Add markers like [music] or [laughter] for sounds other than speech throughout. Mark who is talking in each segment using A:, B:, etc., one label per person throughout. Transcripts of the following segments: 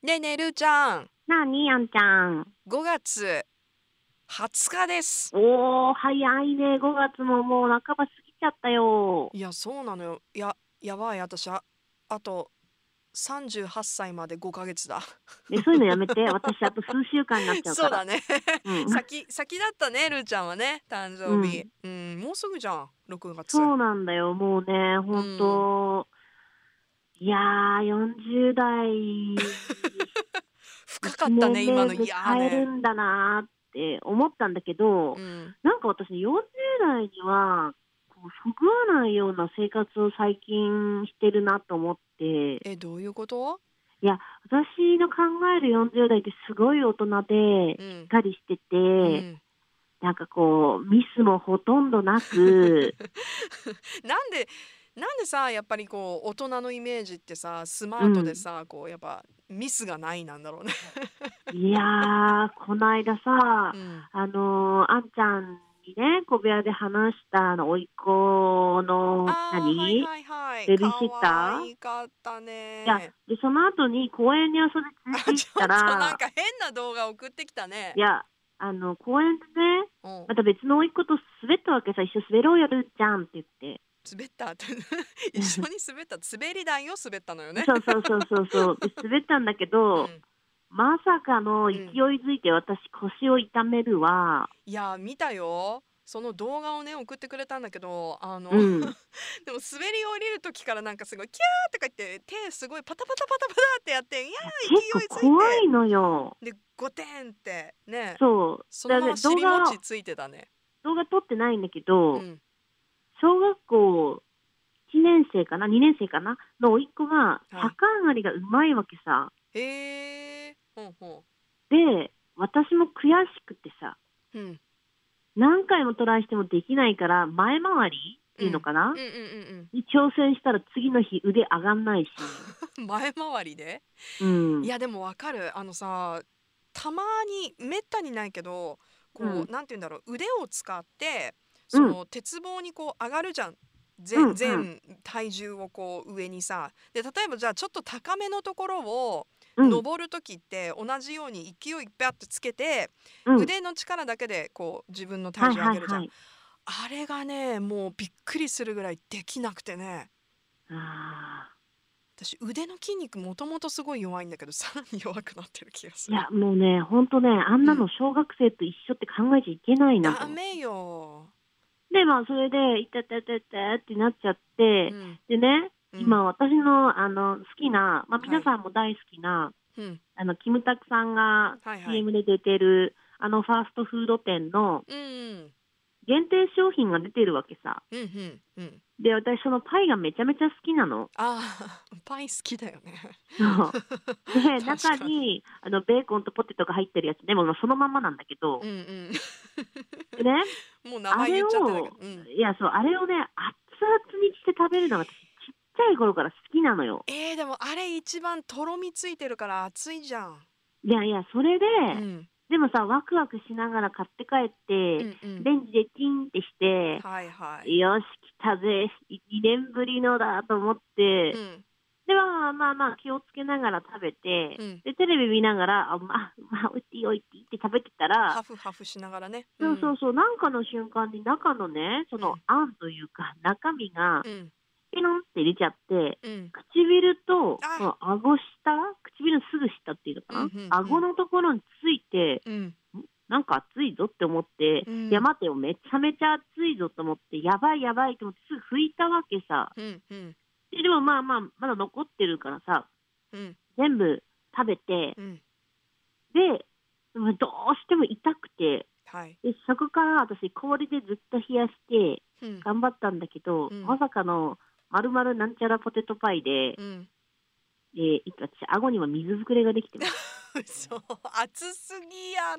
A: ねえねえるーちゃん
B: なあにあんちゃん。
A: 5月20日です
B: おお、早いね。5月ももう半ば過ぎちゃったよ。
A: いやそうなのよいややばい私ああと38歳まで5ヶ月だ
B: ね、そういうのや
A: [laughs]
B: めて。私、あと数週間になっちゃう
A: そう
B: か
A: だ
B: ら。
A: ね
B: うん
A: 先先だったねるーちゃんはね誕生日うん、もうすぐじゃん6月
B: そうなんだよ。もうね、ほんと。いやー、40代。
A: 深かったね今のい
B: 年
A: や
B: 齢
A: ー
B: 迎える
A: ね
B: んだなーって思ったんだけど、
A: うん
B: なんか私、40代には、こうそぐわないような生活を最近してるなと思って。
A: えどういうこと
B: 私の考える40代ってすごい大人で
A: う、
B: しっ
A: ん、
B: かりしてて、
A: うん、
B: なんかこうミスもほとんどな
A: [laughs]
B: く
A: なんでなんでさやっぱりこう大人のイメージってさスマートでさ、こうやっぱミスがないなんだろうね、
B: いやーこの間さ
A: うん
B: あのーあんちゃんにね小部屋で話したあの甥っ子の
A: あー
B: 何、
A: はいはいはい、
B: ベビーシッター
A: 可愛かったね。
B: い
A: [laughs]
B: やでその後に公園に遊びに連れて
A: ちょ
B: 行っ
A: ったとなん
B: ら
A: か変な動画送ってきたね。
B: いやあの公園でね
A: うん、
B: また別の甥っ子と滑ったわけさ一緒滑ろうやるじゃんって言って、
A: 滑ったって [laughs] 一緒に滑った滑り台を滑ったのよね。
B: そうそうそうそう
A: [laughs]
B: そうで滑ったんだけ
A: う
B: ど、
A: ん
B: まさかの勢いづいて私腰を痛めるわ。
A: いや見たよ。その動画をね送ってくれたんだけどあの、
B: う
A: [laughs] でも
B: ん
A: 滑り降りる時からなんかすごいキャーとか言って手すごいパタパタパタパタってやっていやー勢
B: 結
A: いつ
B: 構怖
A: い
B: いのよ。
A: てで5点ってね
B: そう。
A: そのまま尻
B: だからね動画
A: 餅ついてたね。
B: 動画撮ってないんだけど、
A: うん
B: 小学校1年生かな、2年生かなの甥っ子が、
A: い
B: 逆上がりがうまいわけさ。
A: へえほんほ
B: で、私も悔しくてさ、
A: ん。うん
B: 何回もトライしてもできないから、前回りっていうのかな、
A: うんうんうんうん。
B: に挑戦したら次の日腕上がんないし。
A: 前回りで、
B: うん。
A: [laughs] いやでもわかるあのさたまにめったにないけどこう、
B: うん
A: なんて言うんだろう腕を使ってその、鉄棒にこう上がるじゃん全,、
B: うんうん
A: 全体重をこう上にさで例えばじゃあちょっと高めのところを
B: うん、
A: 登る時って同じように勢いバッてつけて、
B: うん
A: 腕の力だけでこう自分の
B: は
A: 体
B: い
A: 重上
B: は
A: げ
B: い
A: るじゃん、
B: はい。
A: あれがねもうびっくりするぐらいできなくてね。
B: あ
A: 私腕の筋肉もともとすごい弱いんだけどさらに弱くなってる気がす
B: ーい
A: る
B: や、もうね、ほんとね、あんなの小学生と一緒って考えちゃいけないなと
A: ダ
B: 思って。
A: メよ、
B: で、まあ、それで、いたたたたってなっちゃって
A: う、ん
B: でね、
A: うん
B: 今、私の、あの、好きな、まあ、
A: はい
B: 皆さんも大好きな、
A: うん
B: あの、キムタクさんが
A: はいはい
B: CM で出てる、あの、ファーストフード店の
A: うんうん
B: 限定商品が出てるわけさ。
A: うんうんうん
B: で、私、そのパイがめちゃめちゃ好きな
A: [laughs]
B: の。
A: あーパイ好きだよ
B: [laughs]
A: ね
B: そうで、
A: 確かに
B: 中に、あの、ベーコンとポテトが入ってるやつ、でも、そのまんまなんだけど
A: う、ん
B: でね、
A: うんもう名
B: あ
A: 前
B: れ
A: 言っ
B: を
A: ちゃってたけど、うん、
B: いや、そう、あれをね、熱々にして食べるのが、私、ちっちゃい頃から好きなのよ。
A: えー、でもあれ一番とろみついてるから熱いじゃん、
B: いやいや、それで、
A: うん
B: でもさ、ワクワクしながら買って
A: う
B: 帰って、
A: んうん
B: レンジでチンってして、
A: はいはい
B: よし、来たぜ、2年ぶりのだと思って、
A: うん
B: で、まあまあまあ、気をつけながら食べて、
A: うん
B: で、テレビ見ながら、あ、まあ、まあ、おいていおいていって食べてたら
A: ハ、フハフしながらね
B: そうそううそう、なんかの瞬間に中のね、その
A: うん
B: あんというか、中身が、
A: ん
B: ピロンって出ちゃって、
A: うんうん
B: 唇と、
A: あ
B: この顎下唇のすぐ下っていうのかな、
A: うんうんうん
B: 顎のところについて、
A: うん
B: なんか暑いぞって思って、
A: うん
B: いや待てよ、めちゃめちゃ暑いぞと思って、やばいやばいと思って、すぐ拭いたわけさ。
A: うんうん
B: ででもまあまあ、まだ残ってるからさ、
A: うん
B: 全部食べて、
A: うん
B: で、でもどうしても痛くて、
A: はい
B: でそこから私、氷でずっと冷やして、
A: うん
B: 頑張ったんだけど、
A: うん
B: まさかの、まるまるなんちゃらポテトパイで、
A: うん
B: えー、私、顎には水ぶくれができてます。
A: [laughs] そう暑すぎや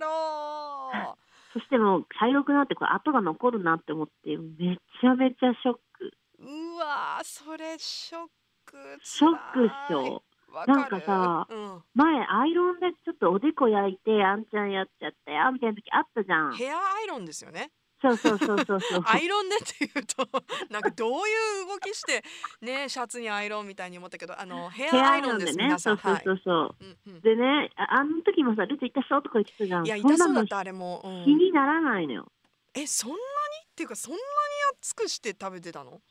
A: ろ
B: そしてもう、茶色くなって、これ、跡が残るなって思って、めちゃめちゃショック。
A: うわーそれショック
B: ショックっし
A: つら
B: ょ
A: い。わかる
B: なんかさ
A: うん、
B: 前アイロンでちょっとおでこ焼いてあんちゃんやっちゃったよみたいな時あったじゃん
A: ヘアアイロンですよね
B: そうそうそうそうそう
A: [laughs] アイロンねっていうとなんかどういう動きしてねシャツにアイロンみたいに思ったけどあ
B: [laughs]
A: のヘ
B: ヘ
A: ア
B: ア
A: ア
B: ア
A: イ
B: イ
A: ロ
B: ロ
A: ン
B: ン
A: で
B: ですね
A: 皆さ
B: そ
A: ん
B: うそう
A: はい
B: そ。うそう
A: うんうん
B: でねああの時もさルツ痛そうとか言ってたじゃん
A: いや
B: そん
A: 痛
B: な
A: そうだ
B: の
A: ったあれも、うん
B: 気にならないのよ
A: えそんなにっていうかそんなに熱くして食べてたの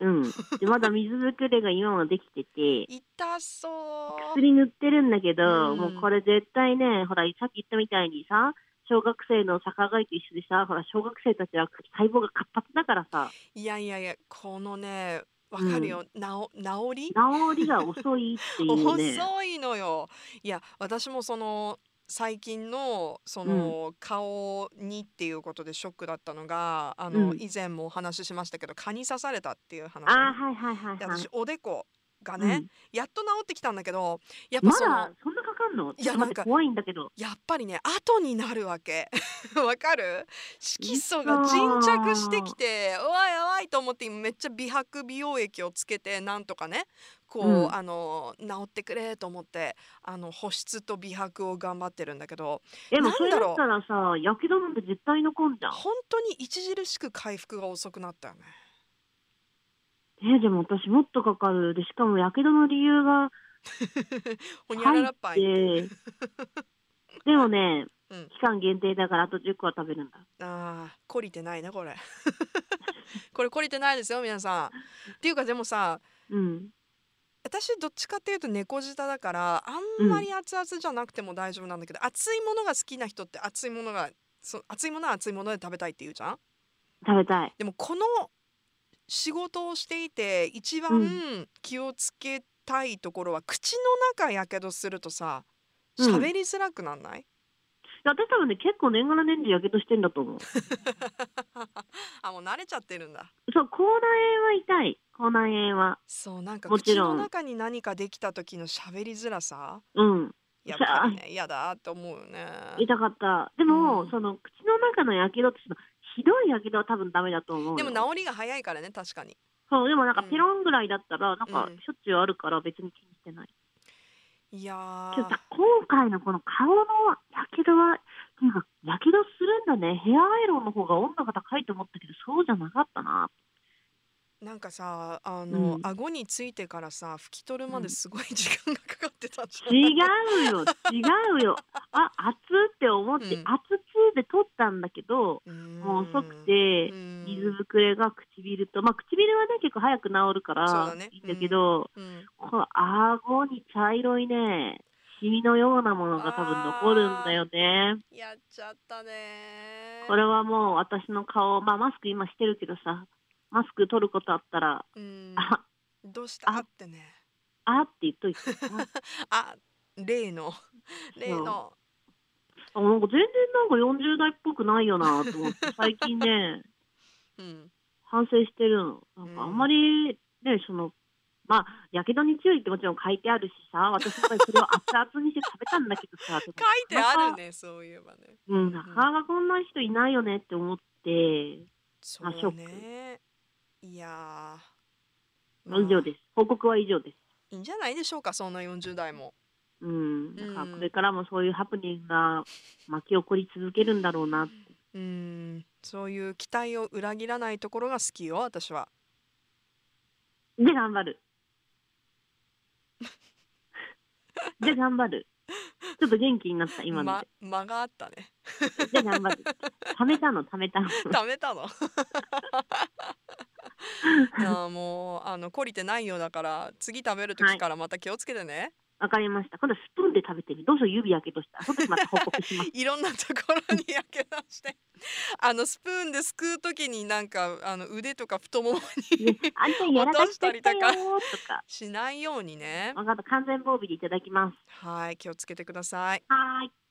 B: うんでまだ水ぶくれが今もでき
A: [laughs]
B: てて
A: 痛そう
B: 薬塗ってるんだけど、
A: うん
B: もうこれ絶対ねほらさっき言ったみたいにさ小学生の逆上がりと一緒でさほら小学生たちは細胞が活発だからさ
A: [laughs] いやいやいやこのねわかるよ、なお治り
B: 治りが遅いっ
A: [laughs]
B: ていうね
A: 遅いのよいや私もその最近のその、顔にっていうことでショックだったのがあの、
B: うん
A: 以前もお話ししましたけど蚊に刺されたっていう話
B: あーはいはいはい
A: で
B: はい
A: 私おでこが
B: う
A: ね、
B: ん
A: やっと治ってきたんだけどやっぱ
B: ま
A: その、
B: だそんなかかんの
A: い
B: ち
A: や
B: ょっと待
A: な
B: っ
A: んか
B: て怖いんだけど
A: やっぱりね後になるわけ [laughs] わかる色素が
B: 嘘
A: 沈着してきてうわいやばいと思って今めっちゃ美白美容液をつけてなんとかねこう、
B: うん
A: あの治ってくれと思ってあの保湿と美白を頑張ってるんだけど
B: でも
A: なん
B: それ
A: だ
B: だ
A: ろう
B: ったらさやけどなんて絶対残んじゃん
A: 本当に著しく回復が遅くなったよね
B: えでも私もっとかかるでしかもやけどの理由が
A: ほにゃら
B: 入
A: ら
B: っ
A: っぱいっていう
B: てでもね、
A: [laughs] うん
B: 期間限定だからあと10個は食べるんだ
A: ああ、懲りてないね、これ。 [laughs] これ懲りてないですよ、皆さん。っていうか、でもさ、
B: うん
A: 私どっちかっていうと猫舌だから、あんまり熱々じゃなくても大丈夫なんだけど、熱いものが好きな人って熱いものが、そ熱いものは熱いもので食べたいって言うじゃん
B: 食べたい
A: でもこの仕事をしていて一
B: う
A: 番気をつけたいところは、口の中やけどするとさ、
B: うん
A: 喋りづらくなんない、 [laughs]
B: 私多分ね結構年がら年中やけどしてんだ
A: [laughs]
B: と思う
A: あ、もう慣れちゃってるんだ。
B: そう口内炎は痛い口内炎は
A: そうなんか
B: も
A: 口
B: ち
A: の
B: ろん
A: 中に何かできた時の喋りづらさ
B: うん
A: やっぱりね嫌だって思うよね
B: 痛かったでも、
A: うん
B: その口の中のやけどってそのひどいやけどは多分ダメだと思うよ
A: でも治りが早いからね確かに
B: そうでもなんか
A: うん
B: ペロンぐらいだったらなんか
A: うん
B: しょっちゅうあるから別に気にしてない、
A: いや
B: けど
A: ー
B: さ今回のこの顔のやけどはとにかくやけどするんだねヘアアイロンの方が温度が高いと思ったけどそうじゃなかったな
A: なんかさあの、
B: うん
A: 顎についてからさ拭き取るまですごい時間がかかってたんじゃない
B: 違う
A: [laughs]
B: よ違うよあ熱って思って、
A: うん
B: 熱つで取ったんだけどもう遅くて、
A: うん
B: 水ぶくれが唇と、まあ、唇はね結構早く治るか
A: そうだ
B: ら
A: ね
B: いいんだけど、
A: うん
B: この顎に茶色いね、シミのようなものが多分残るんだよね。
A: やっちゃったね
B: これはもう私の顔、まあマスク今してるけどさ、マスク取ることあったら、
A: うん
B: あ、
A: どうした
B: あ
A: ってね
B: あって言っといて。
A: あ例の例の
B: あなんか全然なんか40代っぽくないよなと思 [laughs] って、最近ね、
A: うん
B: 反省してるの。なんかあんまりね、その、まあ、やけどに注意ってもちろん書いてあるしさ、私もそれを熱々にして食べたんだけど [laughs] さ、書
A: 書
B: い
A: いてあるねそういえばね
B: うん、なかなかこんな人いないよねって思って、
A: そ
B: まあショ
A: う
B: ック
A: ね。いやー、まあ
B: 以上です。報告は以上です。
A: いいんじゃないでしょうか、そんな40代も。
B: うん。だから
A: うん
B: これからもそういうハプニングが巻き起こり続けるんだろうな。
A: うーん、そういう期待を裏切らないところが好きよ、私は。
B: で、頑 [laughs] 張る。で、頑張る。ちょっと元気になった、今の
A: ま、間があったね。
B: で。で、頑張る。貯めたの、貯めたの。
A: 貯めたの。 [laughs] いやーもうあの懲りてないようだから次食べる時からまた気をつけてね、
B: わかりました。今度スプーンで食べてみる。どうしよう、指やけどした。その時また報告 [laughs] します。
A: い、ろんなところにやけ出して [laughs] あのスプーンですくう時になんかあの腕とか太ももに
B: ねあんたやらかしちゃったよーとか。
A: しないようにね
B: わかった。完全防備でいただきます。
A: はい気をつけてください。
B: はーい。